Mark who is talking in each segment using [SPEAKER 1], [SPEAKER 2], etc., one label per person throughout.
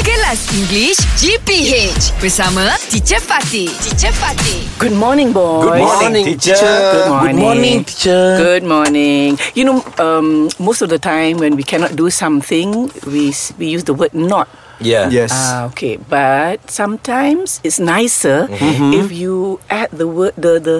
[SPEAKER 1] Kelas English GPH bersama Teacher Fatih. Teacher Fatih.
[SPEAKER 2] Good morning, boys.
[SPEAKER 3] Good morning, teacher.
[SPEAKER 2] Good morning,
[SPEAKER 4] teacher.
[SPEAKER 2] Good morning. You know, um, most of the time when we cannot do something, we s- we use the word not.
[SPEAKER 3] Yeah.
[SPEAKER 4] Yes.
[SPEAKER 2] Ah, okay. But sometimes it's nicer if you add the word the the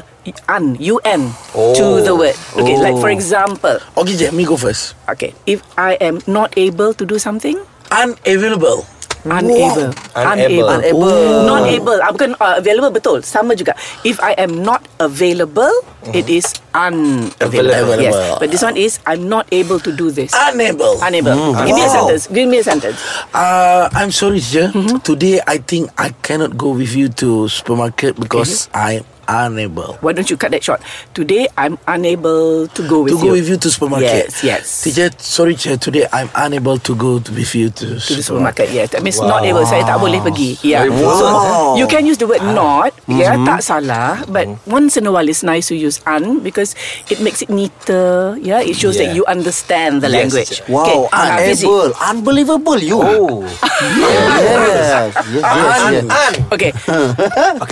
[SPEAKER 2] un un to the word. Okay, like for example,
[SPEAKER 4] okay, Jack, me go first.
[SPEAKER 2] okay, if I am not able to do something,
[SPEAKER 4] Unavailable.
[SPEAKER 2] Unable.
[SPEAKER 3] Unable.
[SPEAKER 2] Unable.
[SPEAKER 4] Oh.
[SPEAKER 2] Not able. Ah, Bukan uh, available betul. Sama juga. If I am not available, it is unavailable.
[SPEAKER 4] Mm-hmm. Available.
[SPEAKER 2] Yes. But this one is I'm not able to do this.
[SPEAKER 4] Unable.
[SPEAKER 2] Unable. Give me a
[SPEAKER 4] Mm, Wow.
[SPEAKER 2] sentence. Give me a sentence.
[SPEAKER 4] Uh, I'm sorry, teacher.
[SPEAKER 2] Mm-hmm.
[SPEAKER 4] Today, I think I cannot go with you to supermarket because I'm unable.
[SPEAKER 2] Why don't you cut that short? Today I'm unable to go with
[SPEAKER 4] to
[SPEAKER 2] you.
[SPEAKER 4] go with you to supermarket.
[SPEAKER 2] Yes, yes.
[SPEAKER 4] Teacher, sorry, teacher. Today, I'm unable to go to, with you
[SPEAKER 2] to
[SPEAKER 4] to,
[SPEAKER 2] the supermarket. Yes, that means not able. Saya tak boleh pergi. Yeah.
[SPEAKER 3] Very Mm-hmm. bold.
[SPEAKER 2] So you can use the word not. Yeah, tak salah. But
[SPEAKER 3] Mm.
[SPEAKER 2] once in a while, it's nice to use un because it makes it neater. Yeah, it shows that
[SPEAKER 3] Yeah.
[SPEAKER 2] you understand the
[SPEAKER 3] Yes,
[SPEAKER 2] language.
[SPEAKER 3] teacher.
[SPEAKER 2] Okay,
[SPEAKER 5] Wow,
[SPEAKER 2] uh, busy.
[SPEAKER 5] unable, unbelievable you.
[SPEAKER 3] Oh.
[SPEAKER 5] Yes, yes, yes.
[SPEAKER 3] Un,
[SPEAKER 5] yes.
[SPEAKER 3] un.
[SPEAKER 2] Okay,
[SPEAKER 3] Okay,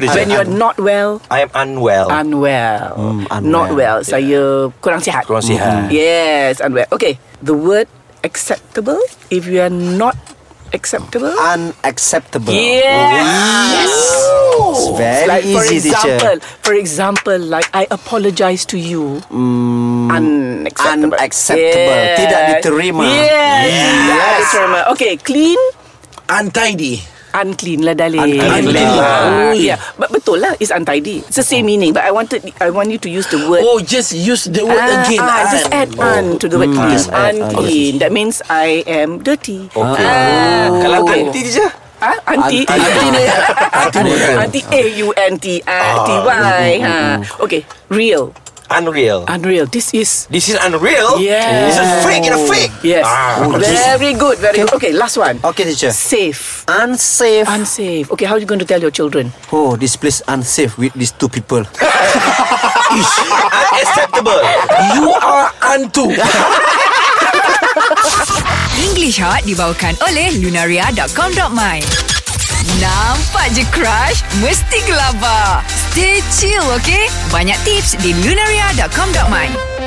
[SPEAKER 3] teacher.
[SPEAKER 2] when you're not well,
[SPEAKER 3] I am unwell.
[SPEAKER 2] unwell,
[SPEAKER 5] unwell.
[SPEAKER 2] not well. Saya kurang sihat. Mm-hmm.
[SPEAKER 3] Mm, Kurang sihat. Mm-hmm.
[SPEAKER 2] Yes, unwell. Okay, the word acceptable. If you are not acceptable,
[SPEAKER 5] Unacceptable.
[SPEAKER 2] yeah. yes.
[SPEAKER 5] It's very
[SPEAKER 2] like for
[SPEAKER 5] easy,
[SPEAKER 2] example,
[SPEAKER 5] teacher.
[SPEAKER 2] for example, like I apologize to you. unacceptable.
[SPEAKER 5] unacceptable. Tidak diterima.
[SPEAKER 2] Yes. Tidak diterima. Okay, clean.
[SPEAKER 4] Untidy.
[SPEAKER 2] Unclean lah darling
[SPEAKER 4] Unclean lah.
[SPEAKER 2] Ah,
[SPEAKER 4] Ui.
[SPEAKER 2] yeah. But betul lah It's untidy It's the same meaning But I wanted I want you to use the word
[SPEAKER 4] Oh, just use the word
[SPEAKER 2] Ah,
[SPEAKER 4] again.
[SPEAKER 2] ah,
[SPEAKER 4] un.
[SPEAKER 2] Just add un To the word clean
[SPEAKER 5] add un.
[SPEAKER 2] Unclean That means I am dirty
[SPEAKER 3] Okay.
[SPEAKER 2] Ah,
[SPEAKER 5] Oh.
[SPEAKER 3] Kalau
[SPEAKER 2] okay.
[SPEAKER 5] kan
[SPEAKER 3] anti teacher.
[SPEAKER 2] Ah, anti anti ni anti ni anti A U N T I T Y ha. Okay, real,
[SPEAKER 3] Unreal.
[SPEAKER 2] unreal. This is
[SPEAKER 3] This is unreal.
[SPEAKER 2] Yeah.
[SPEAKER 3] This is fake and a fake.
[SPEAKER 2] yes.
[SPEAKER 3] Ah.
[SPEAKER 2] very good, very good. Okay, last one.
[SPEAKER 5] oh, Okay, teacher.
[SPEAKER 2] Safe.
[SPEAKER 5] Unsafe.
[SPEAKER 2] Unsafe. Okay, how are you going to tell your children?
[SPEAKER 5] oh, this place unsafe with these two people.
[SPEAKER 3] Unacceptable.
[SPEAKER 4] You are unto.
[SPEAKER 1] English Hot dibawakan oleh Lunaria.com.my Nampak je crush? Mesti gelabah. Stay chill, okay? Banyak tips di Lunaria.com.my